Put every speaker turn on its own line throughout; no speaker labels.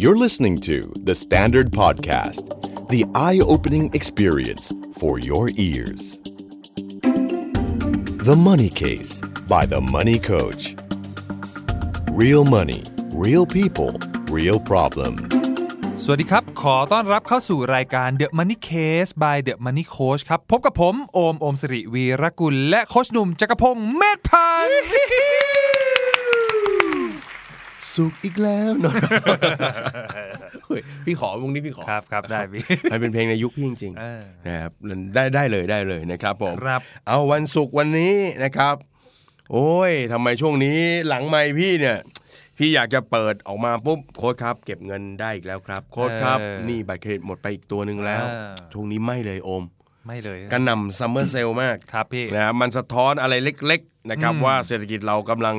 You're listening to The Standard Podcast, the eye opening experience for your ears. The Money Case by The Money Coach. Real money, real people, real problem.
สวัสดีครับ ขอต้อนรับเข้าสู่รายการ The Money Case by The Money Coach ครับ พบกับผม โอม โอมสิริวีรกุล และโคชหนุ่มจักรพงศ์เมธพันธ์
สุขอีกแล้วเนาะ เฮ้ยพี่ขอวงนี้พี่ขอ
ครับครับได้พี่
มันเป็นเพลงในยุคพี่จริง
เออ
ๆนะครับได้ได้เลยได้เลยนะครับผม
ครับ
เอาวันศุกร์วันนี้นะครับ โอ้ยทำไมช่วงนี้หลังไม่พี่เนี่ย พี่อยากจะเปิดออกมาปุ๊บโค้ดครับ เก็บเงินได้อีกแล้วครับโค้ดครับ
เออ
นี่บัตรเครดิตหมดไปอีกตัวหนึ่งแล้ว
เออ
ช่วงนี้ไม่เลยโอม
ไม่เลย
กระหน่ำซัมเมอร์เซลมาก
ครับพี่
นะครับมันสะท้อนอะไรเล็ก ๆ นะครับ ว่าเศรษฐกิจเรากำลัง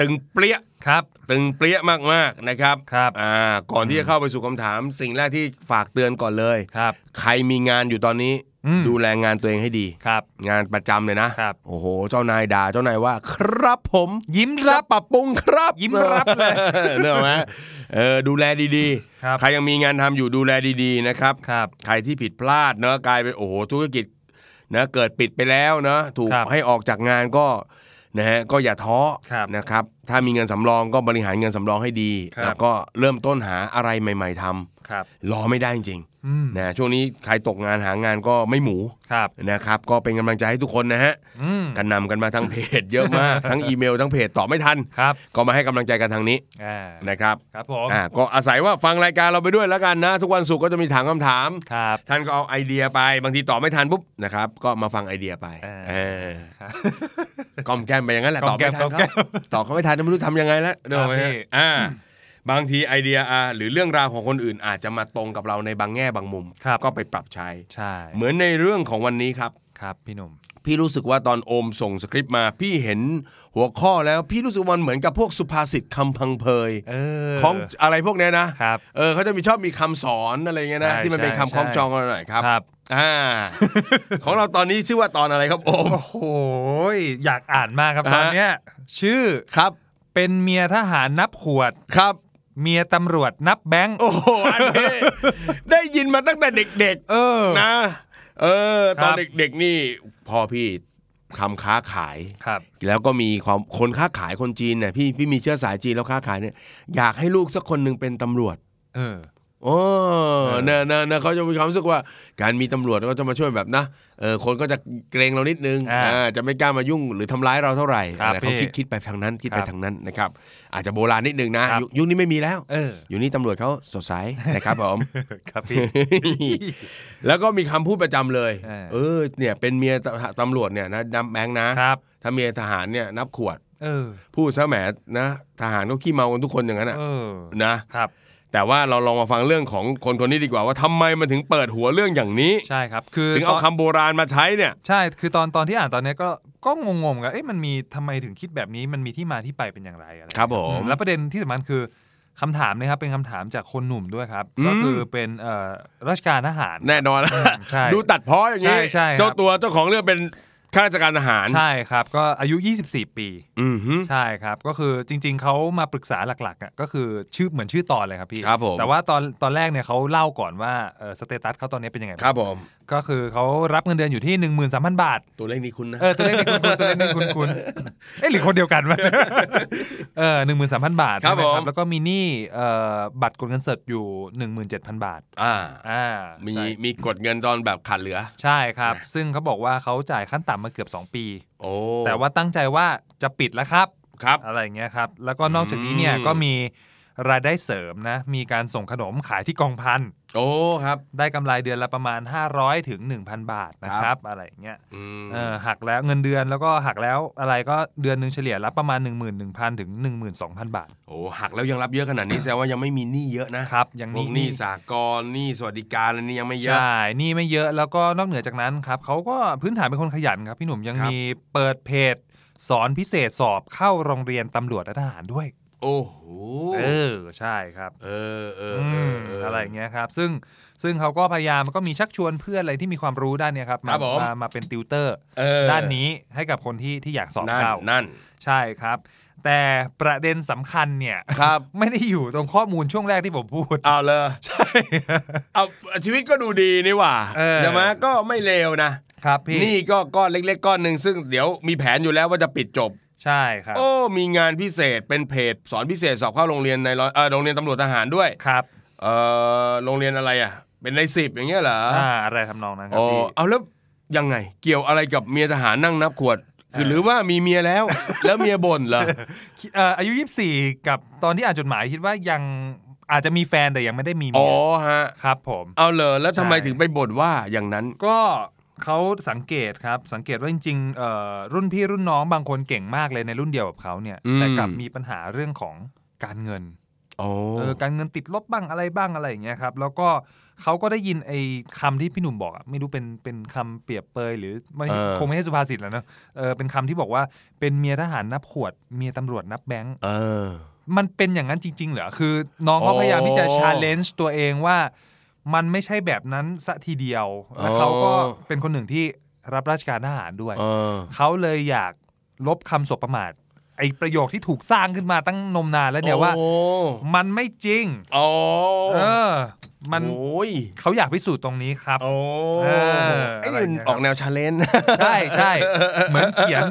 ตึงเปรี้ย
ครับ
ตึงเปรี้ยมากๆนะครับ
ครับ
อ่าก่อนที่จะเข้าไปสู่คำถาม สิ่งแรกที่ฝากเตือนก่อนเลย
ครับ
ใครมีงานอยู่ตอนนี้
อืม
ดูแลงานตัวเองให้ดี
ครับ
งานประจำเลยนะครับ โอ้โห เจ้านายด่าเจ้านายว่า ครับผม
ยิ้มรั
จะ
บ
ปรับปรุงครับ
ยิ้มรับเลย
เนอะไหม เออดูแลดี
ครับ
ๆ ใครยังมีงานทำอยู่ดูแลดีๆนะครับ
ครับ
ใครที่ผิดพลาดเนอะกลายเป็นโอ้โหธุรกิจนะเกิดปิดไปแล้วเนอะถูก
ครับ
ให้ออกจากงานก็นะฮะก็อย่าท้อ
ครับ
นะครับ ถ้ามีเงินสำรองก็บริหารเงินสำรองให้ดี
ครับ
แล้วก็เริ่มต้นหาอะไรใหม่ ๆท
ครับ
ำรอไม่ได้จริง
อืม
ๆนะช่วงนี้ใครตกงานหางานก็ไม่หมู
ครับ
นะครับ ก็เป็นกำลังใจให้ทุกคนนะฮะ
อืม
กันนำกันมาทั้งเพจ เยอะ มากทั้งอีเมลทั้งเพจตอบไม่ทัน
ครับ
ก็มาให้กำลังใจกันทางนี้
อ่า
นะครับ
ครับผม
อ่าก็อาศัยว่าฟังรายการเราไปด้วยแล้วกันนะ ทุกวันศุกร์ก็จะมีถามคำถาม
ครับ
ท่านก็เอาไอเดียไปบางทีตอบไม่ทันปุ๊บนะครับก็มาฟังไอเดียไป
เออ
เออกล่อมแกล้มไปอย่างนั้นแหละตอบไม่
ก
ทัน
ล่อมแกล้
เขา
ม
ตอบเขาไม่ทันไม่รู้ทำยังไงแล้วเนกอะไหม
ครับพี่
ฮะอ่า บางทีไอเดียอ่าหรือเรื่องราวของคนอื่นอาจจะมาตรงกับเราในบางแง่บางมุม
ครับ
ก็ไปปรับใช้
ใช่
เหมือนในเรื่องของวันนี้ครับ
ครับพี่หนุ่ม
พี่รู้สึกว่าตอนโอมส่งสคริปต์มาพี่เห็นหัวข้อแล้วพี่รู้สึกว่ามันเหมือนกับพวกสุภาษิตคำพังเพย
เออ
ของอะไรพวกเนี้ยนะ
ครับ
เออเขาจะมีชอบมีคำสอนอะไรเงี้ยนะ
ใช่
ที่มันเป็น
ใช่
คำคล้อง
ใช่
จองกันหน่อยครับ
ครับ
อ่า ของเราตอนนี้ชื่อว่าตอนอะไรครับโอม
โอ้โหอยากอ่านมากครับตอน
ฮะ
เนี้ยชื่อ
ครับ
เป็นเมียทหารนับขวด
ครับ
เมียตำรวจนับแบงค์
โอ้โหอันนี้ ได้ยินมาตั้งแต่เด็ก
เออ
ๆนะ เออ
ครับ
ตอนเด็กๆนี่พ่อพี่ทำค้าขาย
ครับ
แล้วก็มีความคนค้าขายคนจีนเนี่ยพี่พี่มีเชื้อสายจีนแล้วค้าขายเนี่ยอยากให้ลูกสักคนหนึ่งเป็นตำรวจ
เออ
โอ้
เออ
เนอะเนอะเนอะเขาจะมีความรู้สึกว่า การมีตำรวจก็จะมาช่วยแบบนะ เออ คนก็จะเกรงเรานิดนึง
อ่า
อ่าจะไม่กล้ามายุ่งหรือทำร้ายเราเท่าไหร่
ครับ
อะไรเขา
พี่
คิดคิดไปทางนั้นคิด
ครับ
ไปทางนั้นนะครับ อาจจะโบราณนิดนึงนะครับ ยุคยุคนี้ไม่มีแล้ว
เออ
อยู่นี่ตำรวจเขาสด ใส นะครับผม
ครับพี่
แล้วก็มีคำพูดประจำเลย
เออ
เออ เนี่ยเป็นเมียตตำรวจเนี่ยนะนับแบงค์นะ
ครับ
ถ้าเมียทหารเนี่ยนับขวด
เออ
พูดซะแหมนะทหารก็ขี้เมากันทุกคนอย่างนั้นอะ
เออ
นะ
ครับ
แต่ว่าเราลองมาฟังเรื่องของคนคนนี้ดีกว่าว่าทำไมมันถึงเปิดหัวเรื่องอย่างนี้
ใช่ครับ คือ
ถึงเอา
ตน
คำโบราณมาใช้เนี่ย
ใช่ คือตอนตอนที่อ่านตอนเนี้ยก็ ก็งงๆกันเอ๊ะมันมีทำไมถึงคิดแบบนี้ มันมีที่มาที่ไปเป็นอย่างไรอะไร
ครับผม
แล้วประเด็นที่สำคัญคือคำถามนะครับ เป็นคำถามจากคนหนุ่มด้วยครับ
อืม
ก็คือเป็นเอ่อราชการทหาร
แน่นอนละ
ใช่
ดูตัดเพ้ออย่างนี้
ใช่ใช่ครับ
เจ้าตัวเจ้าของเรื่องเป็นข้าราชการทหาร
ใช่ครับ ก็อายุ 24 ปี
อือฮึ
ใช่ครับ ก็คือจริง ๆเขามาปรึกษาหลักๆอ่ะก็คือชื่อเหมือนชื่อตอนเลยครับพี่
ครับผม
แต่ว่าตอนตอนแรกเนี่ยเขาเล่าก่อนว่าเอ่อสเตตัสเขาตอนนี้เป็นยังไง
ครับผม
ก็คือเขารับเงินเดือนอยู่ที่ 1 3 0 0 0 บาท
ตัวเลขนี้คุณนะ
เออตัวเลขนี้คุณตัวเลขนี้คุณคุณเอ๊ะหรือคนเดียวกันวะ เออหนึ่งหมื่นสามพันบาทใช่ไหมแล้วก็มีหนี้เอ่อบัตรกดเงินสดอยู่ 17,000 บาท
อ่า
อ่า
มี
ใช่
มีกดเงินตอนแบบขาดเหลือ
ใช่ครับ ซึ่งเขาบอกว่าเขาจ่ายขั้นต่ำมาเกือบ 2 ปี
โอ้
แต่ว่าตั้งใจว่าจะปิดแล้วครับ
ครับ
อะไรอย่างเงี้ยครับ แล้วก็นอกจากนี้เนี่ย
อืม
ก็มีรายได้เสริมนะ มีการส่งขนมขายที่กองพัน
โอ้ครับ
ได้กำไรเดือนละประมาณ 500ถึง1,000 บาทนะค
ครั
รับ
บ
อะไรอย่างเงี้ย
อืม
เออหักแล้วเงินเดือนแล้วก็หักแล้วอะไรก็เดือนหนึ่งเฉลี่ยรับประมาณ 11,000ถึง12,000 บาท
โอ้หักแล้วยังรับเยอะขนาด นี้แสดงว่ายังไม่มีหนี้เยอะนะครับ
ยัง
พว
มี
กหนี้สากลหนี้สวัสดิการอะไรนี่ยังไม่เยอะ
ใช่หนี่ไม่เยอะแล้วก็นอกเหนือจากนั้นครับเขาก็พื้นฐานเป็นคนขยันครับ พี่หนุ่มยัง
ครับ
มีเปิดเพจ สอนพิเศษสอบเข้าโรงเรียนตำรวจและทหารด้วย
โอ้โห
เออใช่ครับ
เออเออ
อื
เอ
ม
อเอออ
อะไรอย่างเงี้ยครับ ซึ่งซึ่งเขาก็พยายามก็มีชักชวนเพื่อนอะไรที่มีความรู้ด้านเนี้ยครับ
ครับผม
มามาเป็นติวเตอร์
เออ
ด้านนี้ให้กับคนที่ที่อยากสอบ
นั่น
เข้า
นั่น
ใช่ครับ แต่ประเด็นสำคัญเนี่ย
ครับ
ไม่ได้อยู่ตรงข้อมูลช่วงแรกที่ผมพูด
เอาเลยใช่ เอาชีวิตก็ดูดีนี่หว่า
เออ
ใช่ไหมก็ไม่เลวนะครับ
พี่
นี่ก็ก้อนเล็ก ๆ ก้อนหนึ่งซึ่งเดี๋ยวมีแผนอยู่แล้วว่าจะปิดจบ
ใช่ครับ
โอ้มีงานพิเศษเป็นเพจสอนพิเศษสอบเข้าโรงเรียนในร้อยเออโรงเรียนตำรวจทหารด้วย
ครับ
เออโรงเรียนอะไรอ่ะ เป็นในสิบอย่างเงี้ยเหรอ
อ่าอะไรทำนองนั้นครั
อ๋
บ
อ
พี่
เอาแล้วยังไง เกี่ยวอะไรกับเมียทหารนั่งนับขวด คือหรือว่ามีเมีย แล้ว แล้วเมียบ่นเหรอ
คิดเอ่ออายุ 24 กับตอนที่อ่านจดหมายคิดว่ายังอาจจะมีแฟนแต่ยังไม่ได้มีเมี
อ๋อย ฮะ
ครับผม
เอาเลยแล้วทำไม
ใช่
ถึงไปบ่นว่าอย่างนั้น
ก็เขาสังเกตครับ สังเกตว่าจริงๆเอ่อรุ่นพี่รุ่นน้องบางคนเก่งมากเลยในรุ่นเดียวกับเขาเนี่ย
อืม
แต่กลับมีปัญหาเรื่องของการเงิน
โอ้
เออการเงินติดลบบ้างอะไรบ้างอะไรอย่างเงี้ยครับ แล้วก็เขาก็ได้ยินไอ้คำที่พี่หนุ่มบอกอะไม่รู้เป็นเป็นคำเปรียบเปยหรือไม่คงไม่ใช่สุภาษิตแล้วเนอะเออเป็นคำที่บอกว่าเป็นเมียทหารนับขวดเมียตำรวจนับแบงค์
เออ
มันเป็นอย่างนั้นจริง ๆ เหรอ คือน้องเขา
อ๋อ
พยายามที่จะชาเลนจ์ตัวเองว่ามันไม่ใช่แบบนั้นสะทีเดียว และ
อ๋อ
เขาก็เป็นคนหนึ่งที่รับราชการทหารด้วย
เออ
เขาเลยอยากลบคำสบประมาท ไอประโยคที่ถูกสร้างขึ้นมาตั้งนมนานแล้วเนี่ยว่า
โอ้
มันไม่จริง
โอ้
เออ มัน
โอ้ย
เขาอยากพิสูจน์ตรงนี้ครับ
โอ้
เออ
ไอ้
อะไร
นี่
อย่างเงี้
มัน
ย
ออกแนวชาเลนจ์
ใช่ใช่เหมือนเขียน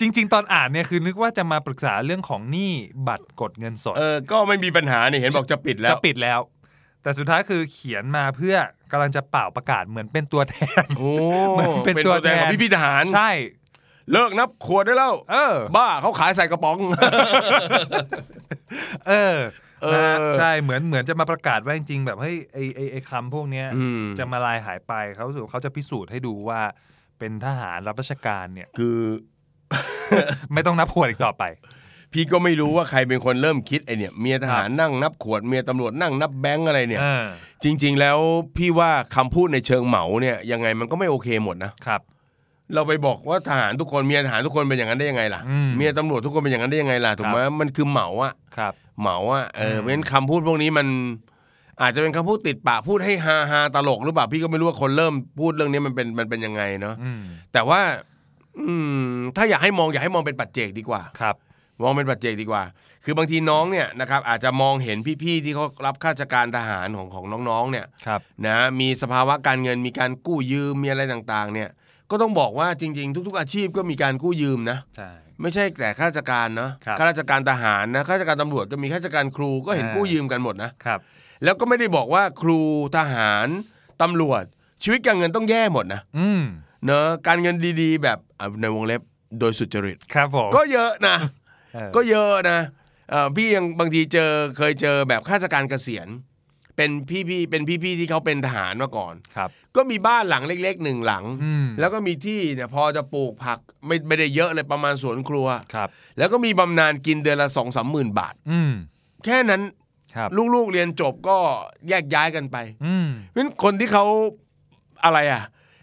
จริง ๆ ตอนอ่านเนี่ยคือนึกว่าจะมาปรึกษาเรื่องของหนี้บัตรกดเงินสด
เออ ก็ไม่มีปัญหานี่เห็นบอกจะปิดแล้ว
จะปิด แล้ว แต่สุดท้ายคือเขียนมาเพื่อกำลังจะเป่าประกาศเหมือนเป็นตัวแทน
โอ้
มันเป็นตัวแทน
ของพี่พี่ทหาร
ใช่
เลิกนับขวดได้แล้ว
เออ
บ้าเขาขายใส่กระป๋อง
เออ
เออ
นะฮะใช่เหมือนเหมือนจะมาประกาศว่าจริงๆแบบเฮ้ยไอไอไอคำพวกเนี้ย
อืม
จะมาลายหายไปเขารู้สูเขาจะพิสูจน์ให้ดูว่าเป็นทหารรับราชการเนี่ย
คือ
ไม่ต้องนับขวดอีกต่อไป
พี่ก็ไม่รู้ว่าใครเป็นคนเริ่มคิดไอเนี่ยเมียทหารนั่งนับขวดเมียตำรวจนั่งนับแบงค์อะไรเนี่ย
เออ
จริง ๆ แล้วพี่ว่าคำพูดในเชิงเหมาเนี่ยยังไงมันก็ไม่โอเคหมดนะ
ครับ
เราไปบอกว่าทหารทุกคนเมียทหารทุกคนเป็นอย่างนั้นได้ยังไงล่ะ
อืม
เมียตำรวจทุกคนเป็นอย่างนั้นได้ยังไงล่ะถูกไหมมันคือเหมาอะ
ครับ
เหมาอะเอออ
ม
เพราะฉะนั้นคำพูดพวกนี้มัน อาจจะเป็นคำพูดติดปากพูดให้ฮาฮาๆตลกหรือเปล่าพี่ก็ไม่รู้ว่าคนเริ่มพูดเรื่องนี้มันเป็นมันเป็นยังไงเนาะ
อืม
แต่ว่า อืม ถ้าอยากให้มองอยากให้มองเป็นปัจเจกดีกว่า
ครับ
มองเป็นปัจเจกดีกว่า คือบางทีน้องเนี่ยนะครับ อาจจะมองเห็นพี่ๆที่เขารับข้าราชการทหารของของน้องๆ เนี่ย
ครับ
นะมีสภาวะการเงินมีการกู้ยืมมีอะไรต่างๆ เนี่ย ก็ต้องบอกว่าจริง ๆ ทุก ๆ อาชีพก็มีการกู้ยืมนะ
ใช่
ไม่ใช่แต่ข้าราชการเนาะ
ครับ
ข้าราชการทหารนะข้าราชการตำรวจก็มีข้าราชการครูก็เห็นกู้ยืมกันหมดนะครับ แล้วก็ไม่ได้บอกว่าครูทหารตำรวจ ชีวิตการเงินต้องแย่หมดนะ
อืม
เนอะการเงินดีๆ แบบอ่ะในวงเล็บโดยสุจริต
ครับผม
ก็เยอะนะ
เออ
ก็เยอะนะเอ่อพี่ยังบางทีเจอเคยเจอแบบข้าราชการเกษียณ เป็นพี่ๆเป็นพี่ๆที่เขาเป็นทหารมาก่อน
ครับ
ก็มีบ้านหลังเล็กๆหนึ่งหลัง
อืม
แล้วก็มีที่เนี่ยพอจะปลูกผักไม่ไม่ได้เยอะเลยประมาณสวนครัว
ครับ
แล้วก็มีบำนาญกินเดือนละสองสามหมื่นบาท
อืม
แค่นั้น
ครับ
ลูกๆเรียนจบก็แยกย้ายกันไป
อืม
เพราะฉะนั้นคนที่เขาอะไรอ่ะ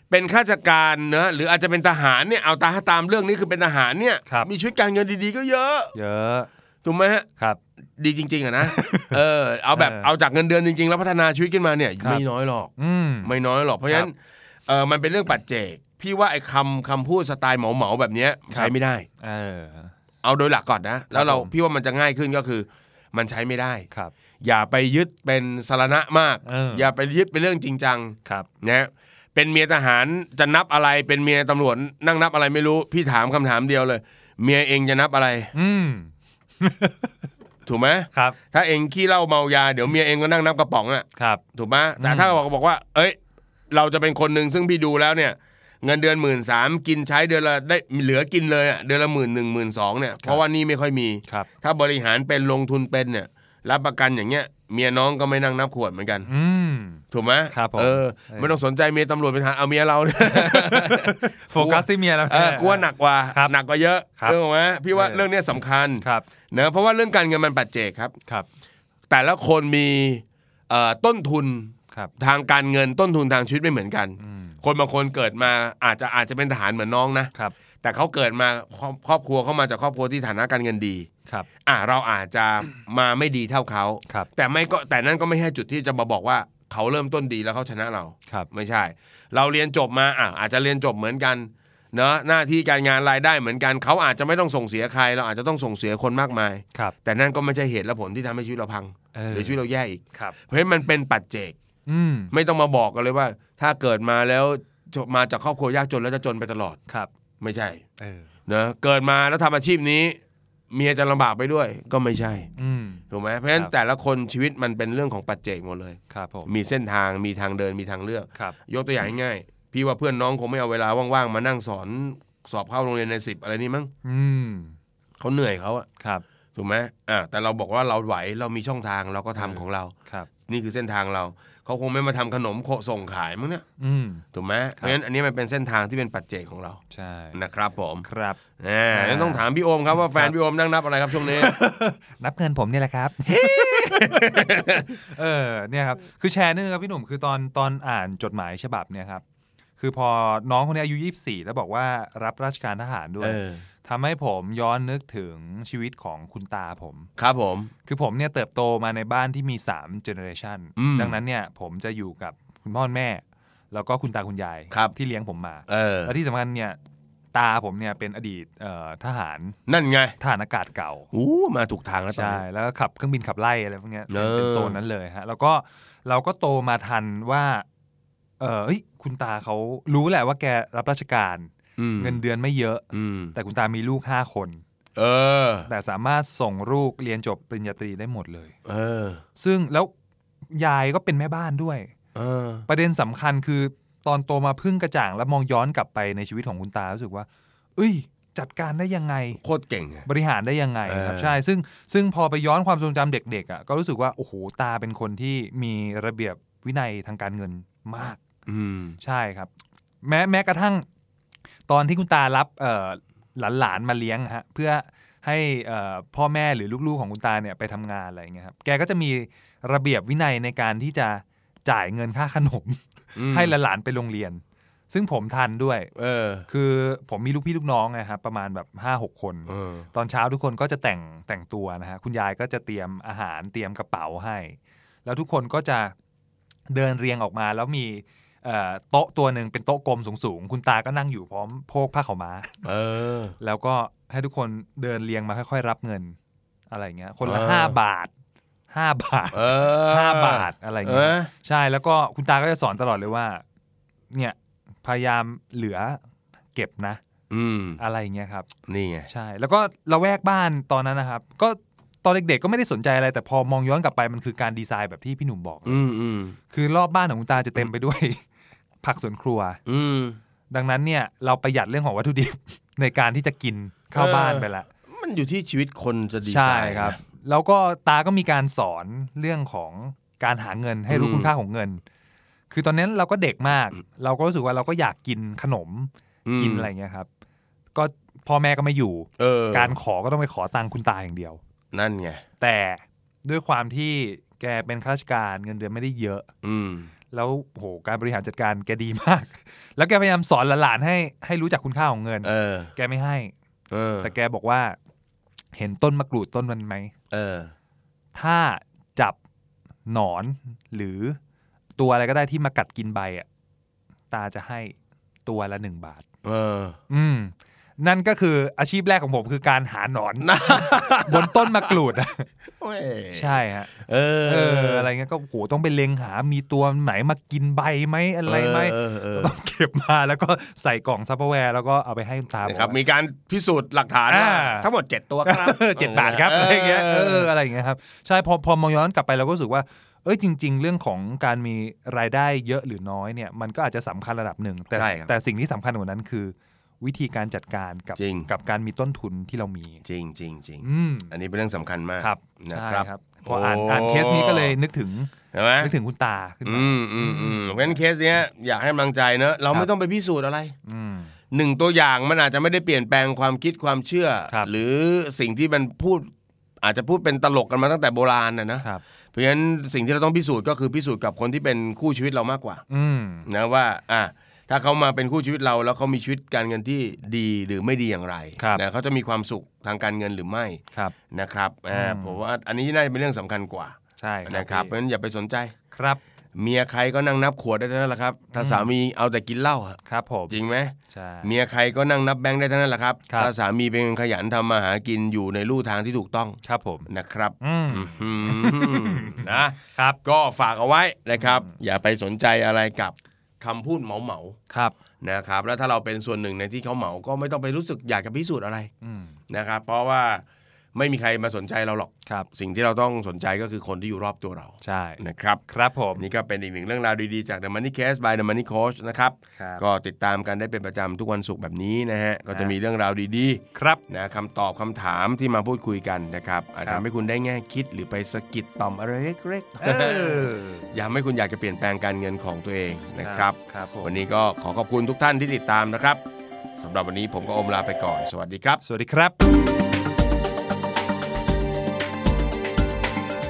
เป็นข้าราชการเนอะหรืออาจจะเป็นทหารเนี่ยเอาตาตามเรื่องนี้คือเป็นทหารเนี่ย มีชีวิตการเงินดีๆก็เยอะ
เยอะ
ถูกไหมฮะ
ครับ
ดีจริงๆอะนะ เออ เอาแบบ
เออ
เอาจากเงินเดือนจริง ๆ แล้วพัฒนาชีวิตขึ้นมาเนี่ย
ครับ
ไม่น้อยหรอก
อืม
ไม่น้อยหรอกเพราะฉะนั้นเออมันเป็นเรื่องปัจเจก พี่ว่าไอ้คำคำพูดสไตล์เหมาๆแบบเนี้ย
ครับ
ใช้ไม่ได้
เออ
เอาโดยหลักก่อนนะ แล้วเรา
ผม
พี่ว่ามันจะง่ายขึ้นก็คือ มันใช้ไม่ได้
ครับ
อย่าไปยึดเป็นสารณะมาก
เออ
อ
อ
ย่าไปยึดเป็นเรื่องจริงจัง
ครับ
นะเป็นเมียทหารจะนับอะไรเป็นเมียตำรวจนั่งนับอะไรไม่รู้ พี่ถามคำถามเดียวเลย เมียเองจะนับอะไร
อืม
ถูกไหม
ครับ
ถ้าเองขี้เหล้าเมายาเดี๋ยวเมียเองก็นั่งนับกระป๋องอะ
ครับ
ถูกไหมแต่
อืม
ถ้าบอกบอกว่า เอ้ย เราจะเป็นคนหนึ่งซึ่งพี่ดูแล้วเนี่ย เงินเดือนหมื่นสามกินใช้เดือนละได้เหลือกินเลยอ่ะเดือนละหมื่นหนึ่งหมื่นสองเนี่ยเพราะว่านี่ไม่ค่อยมี
ครับ
ถ้าบริหารเป็นลงทุนเป็นเนี่ย รับประกันอย่างเงี้ยเมียน้องก็ไม่นั่งนับขวดเหมือนกัน
อื ม
ถูกไหม
ครับผม
เออ
เออ
ไม่ต้องสนใจเมียตำรวจเป็นทหารเอาเมียเราเนี่ย
โฟกัสที่เมียแล้ว
เออ
แ
กลัวหนักกว่า
ครับ
หนักกว่าเยอะ
ครับ
เรื่องของไหมพี่ว่า
เออ
เรื่องเนี้ยสำคัญ
ครับ
เนะเพราะว่าเรื่องการเงินมันปัจเจกครับ
ครับ
แต่ละคนมีเอ่อต้นทุน
ครับ
ทางการเงินต้นทุนทางชีวิตไม่เหมือนกัน
อืม
คนบางคนเกิดมาอาจจะอาจจะเป็นทหารเหมือนน้องนะ
ครับ
แต่เขาเกิดมาครอบครอบครัวเขามาจากครอบครัวที่ฐานะการเงินดี
ครับ
อ่ะเราอาจจะมาไม่ดีเท่าเขา
ครับ
แต่ไม่ก็แต่นั่นก็ไม่ใช่จุดที่จะมาบอกว่าเขาเริ่มต้นดีแล้วเขาชนะเรา
ครับ
ไม่ใช่ เราเรียนจบมาอ่ะอาจจะเรียนจบเหมือนกัน เนาะหน้าที่การงานรายได้เหมือนกันเขาอาจจะไม่ต้องส่งเสียใคร เราอาจจะต้องส่งเสียคนมากมาย
ครับ
แต่นั่นก็ไม่ใช่เหตุและผลที่ทำให้ชีวิตเราพัง
เออ
หรือชีวิตเราแย่อีก
ครับ
เพราะฉะนั้นมันเป็นปัจเจก
อืม
ไม่ต้องมาบอกกันเลยว่า ถ้าเกิดมาแล้วจะมาจากครอบครัวยากจนแล้วจะจนไปตลอด
ครับ
ไม่ใช่
เออ
นะเกิดมาแล้วทำอาชีพนี้ เมียจะลำบากไปด้วยก็ไม่ใช่
อืม
ถูกไหมเพราะฉะนั้น
ครับ
แต่ละคนชีวิตมันเป็นเรื่องของปัจเจกหมดเลย
ครับผม
มีเส้นทางมีทางเดินมีทางเลือก
ครับ
ยกตัวอย่างง่ายๆพี่ว่าเพื่อนน้องคงไม่เอาเวลาว่างๆมานั่งสอนสอบเข้าโรงเรียนในสิบอะไรนี่มั้ง
อืม
เขาเหนื่อยเขาอะ
ครับ
ถูกไหมอ่าแต่เราบอกว่าเราไหวเรามีช่องทางเราก็ทำของเรา
ครับ
นี่คือเส้นทางเราเขาคงไม่มาทำขนมโคส่งขายมั้งเนี่ย
อืม
ถูกไหมเพ
ครับ
ราะฉะนั้นอันนี้มันเป็นเส้นทางที่เป็นปัจเจกของเรา
ใช่
นะครับผม
ครับ
อ่างั้นต้องถามพี่โอมครับว่าแฟนพี่โอมนั่งนับอะไรครับช่วงนี้
นับเงินผมเนี่ยแหละครับ เออ เนี่ยครับ คือแชร์นิดนึงครับพี่หนุ่ม คือตอนตอนอ่านจดหมายฉบับเนี่ยครับ คือพอน้องคนนี้อายุ 24 แล้วบอกว่ารับราชการทหารด้วย ทำให้ผมย้อนนึกถึงชีวิตของคุณตาผม
ครับผม
คือผมเนี่ยเติบโตมาในบ้านที่มี3 generation
อืม
ดังนั้นเนี่ยผมจะอยู่กับคุณพ่อคุณแม่ แล้วก็คุณตาคุณยาย
ครับ
ที่เลี้ยงผมมา
เออ
และที่สำคัญเนี่ยตาผมเนี่ยเป็นอดีตเอ่อทหาร
นั่นไง
ทหารอากาศเก่า
อู้มาถูกทางแล้วตอน
ใช่
นี้
แล้วก็ขับเครื่องบินขับไล่อะไรพวกเนี้ยเป็น
เออ
เป็นโซนนั้นเลยฮะแล้วก็เราก็โตมาทันว่า เออเอ้ยคุณตาเขารู้แหละว่าแกรับราชการ
อืม
เงินเดือนไม่เยอะ
อืม
แต่คุณตามีลูกห้าคน
เออ
แต่สามารถส่งลูกเรียนจบปริญญาตรีได้หมดเลย
เออ
ซึ่งแล้วยายก็เป็นแม่บ้านด้วย
เออ
ประเด็นสำคัญคือตอนโตมาเพึ่งกระจ่าง แล้วมองย้อนกลับไปในชีวิตของคุณตารู้สึกว่า เอ้ย จัดการได้ยังไง
โคตรเก่งอะ
บริหารได้ยังไงครับ
เออ
ใช่ซึ่งซึ่งพอไปย้อนความทรงจำเด็กๆอ่ะก็รู้สึกว่าโอ้โหตาเป็นคนที่มีระเบียบวินัยทางการเงินมาก
อืม
ใช่ครับ แม้แม้กระทั่ง ตอนที่คุณตารับเอ่อหลานๆมาเลี้ยงฮะเพื่อให้เอ่อพ่อแม่หรือลูกๆของคุณตาเนี่ยไปทำงานอะไรอย่างเงี้ยครับแกก็จะมีระเบียบวินัยในการที่จะจ่ายเงินค่าขนม
อืม
ให้หลานๆไปโรงเรียน ซึ่งผมทันด้วย
เออ
คือผมมีลูกพี่ลูกน้องนะครับประมาณแบบห้าหกคน
เออ
ตอนเช้าทุกคนก็จะแต่งแต่งตัวนะฮะคุณยายก็จะเตรียมอาหารเตรียมกระเป๋าให้ แล้วทุกคนก็จะเดินเรียงออกมาแล้วมีเอ่อโต๊ะตัวหนึ่งเป็นโต๊ะกลมสูงๆ คุณตาก็นั่งอยู่พร้อมโพกผ้าขาวม้า
เออ
แล้วก็ให้ทุกคนเดินเรียงมาค่อยๆ รับเงินอะไรเงี้ยคนละ
เออ
ห้าบาทห้าบาท
เออ
ห้าบาทอะไร
เอ
เงี้ย
อ
ใช่แล้วก็คุณตาก็จะสอนตลอดเลยว่า เนี่ยพยายามเหลือเก็บนะ
อืม
อะไรเงี้ยครับ
นี่ไง
ใช่ แล้วก็ระแวกบ้านตอนนั้นนะครับ ก็ตอนเด็กๆ ก็ไม่ได้สนใจอะไร แต่พอมองย้อนกลับไปมันคือการดีไซน์แบบที่พี่หนุ่มบอก
อืมอืม
คือรอบบ้านของคุณตาจะเต็มไปด้วย ผักสวนครัว
อืม
ดังนั้นเนี่ยเราประหยัดเรื่องของวัตถุดิบ ในการที่จะกินเข้า
เออ
บ้านไปละ
มันอยู่ที่ชีวิตคนจะดีไซน์
ใช่ครับ
นะ
แล้วก็ตาก็มีการสอนเรื่องของการหาเงินให้รู้
อืม
คุณค่าของเงิน คือตอนนั้นเราก็เด็กมาก เราก็รู้สึกว่าเราก็อยากกินขนม
ม
กินอะไรเงี้ยครับ ก็พ่อแม่ก็ไม่อยู่
เออ
การขอก็ต้องไปขอตังค์คุณตาอย่างเดียว
นั่นไง
แต่ด้วยความที่แกเป็นข้าราชการเงินเดือนไม่ได้เยอะ
อืม
แล้วโหการบริหารจัดการแกดีมาก แล้วแกพยายามสอนหลานๆให้ให้รู้จักคุณค่าของเงิน
เออ
แกไม่ให้
เออ
แต่แกบอกว่า เห็นต้นมะกรูดต้นมันไหม
เออ
ถ้าจับหนอนหรือตัวอะไรก็ได้ที่มากัดกินใบอ่ะตาจะให้ตัวละหนึ่งบาท
เออ
อืม นั่นก็คืออาชีพแรกของผมคือการหาหนอน บนต้นมะกรูดอะ ใช่ฮะ
เออ
เอออะไรเงี้ยก็โหต้องไปเล็งหา มีตัวไหนมากินใบไหมอะไรไหม
เออเออ
ต้องเก็บมาแล้วก็ใส่กล่องซัพเปอร์แวร์แล้วก็เอาไปให้ตา
นะครับ
อก
มีการพิสูจน์หลักฐานว่า
อ่า
ทั้งหมด 7 ตัวครับ
เออเจ็ดบาทครับอะไรเงี้ยเอ
เอ
อ
อ
อะไรเงี้ยครับใช่พอพอมองย้อนกลับไปเราก็รู้สึกว่า เอ้ยจริง ๆ เรื่องของการมีรายได้เยอะหรือน้อยเนี่ย มันก็อาจจะสำคัญระดับหนึ่ง แต่
ใช่ครับ
แต่สิ่งที่สำคัญกว่านั้นคือ วิธีการจัดการกับ
จริง
กับการมีต้นทุนที่เรามี
จริงจริงจริง
อืม
อันนี้เป็นเรื่องสำคัญมาก
ครับ
นะ
ใช่
ครับ
ครับพออ่าน
โอ้
อ่านเคสนี้ก็เลยนึกถึง
เห็นไหม
นึกถึงคุณตาขึ้นมา
อืมอืมอืม
อืม
เพราะฉะนั้นเคสเนี้ยอยากให้กำลังใจเนอะเรา
ค
ไม่
รับ
ต้องไปพิสูจน์อะไร
อืม
หนึ่งตัวอย่างมันอาจจะไม่ได้เปลี่ยนแปลงความคิดความเชื่อ
ครับ
หรือสิ่งที่มันพูดอาจจะพูดเป็นตลกกันมาตั้งแต่โบราณนะนะครับ เพราะฉะนั้นสิ่งที่เราต้องพิสูจน์ก็คือพิสูจน์กับคนที่เป็นคู่ชีวิตเรามากกว่า
อืม
นะว่าอ่ะถ้าเขามาเป็นคู่ชีวิตเรา แล้วเขามีชีวิตการเงินที่ดีหรือไม่ดีอย่างไร
ครับ
นะเขาจะมีความสุขทางการเงินหรือไม่
ครับ
นะครับอ่า
อืม
ผมว่าอันนี้น่าจะเป็นเรื่องสำคัญกว่า
ใช่
นะครับเพ
พี่
ราะฉะนั้นอย่าไปสนใจ
ครับ
เมียใครก็นั่งนับขวดได้เท่านั้นแหละครับ ถ้าสามีเอาแต่กินเหล้าอะ
ครับผม
จริงไหม
ใช่
เมียใครก็นั่งนับแบงค์ได้เท่านั้นแหละครับ
ครับ
ถ้าสามีเป็นคนขยันทำมาหากินอยู่ในลู่ทางที่ถูกต้อง
ครับผม
นะครับ
อืม
อืม นะ
ครับ
ก็ฝากเอาไว้นะครับ อย่าไปสนใจอะไรกับคำพูดเหมาเหมา
ครับ
ๆนะครับ แล้วถ้าเราเป็นส่วนหนึ่งในที่เขาเหมา ก็ไม่ต้องไปรู้สึกอยากจะพิสูจน์อะไร
อืม
นะครับ เพราะว่าไม่มีใครมาสนใจเราหรอก
ครับ
สิ่งที่เราต้องสนใจก็คือคนที่อยู่รอบตัวเรา
ใช่
นะครับ
ครับผม
นี่ก็เป็นอีกหนึ่งเรื่องราวดีๆจาก The Money Case by The Money Coach นะครับ
ครับ
ก็ติดตามกันได้เป็นประจำทุกวันศุกร์แบบนี้นะฮะ ก็จะ
อ่ะ
มีเรื่องราวดี
ครับ
ๆนะคำตอบคำถามที่มาพูดคุยกันนะครับอาจ
ครับ
ทำให้คุณได้แง่คิดหรือไปสะกิดต่อมอะไรเล็ก
เออ
ๆย้ำให้คุณอยากจะเปลี่ยนแปลงการเงินของตัวเองนะครับ
ครับผม
วันนี้ก็ขอขอบคุณทุกท่านที่ติดตามนะครับสำหรับวันนี้ผมก็อมลาไปก่อน สวัสดีครับ
สวัสดีครับ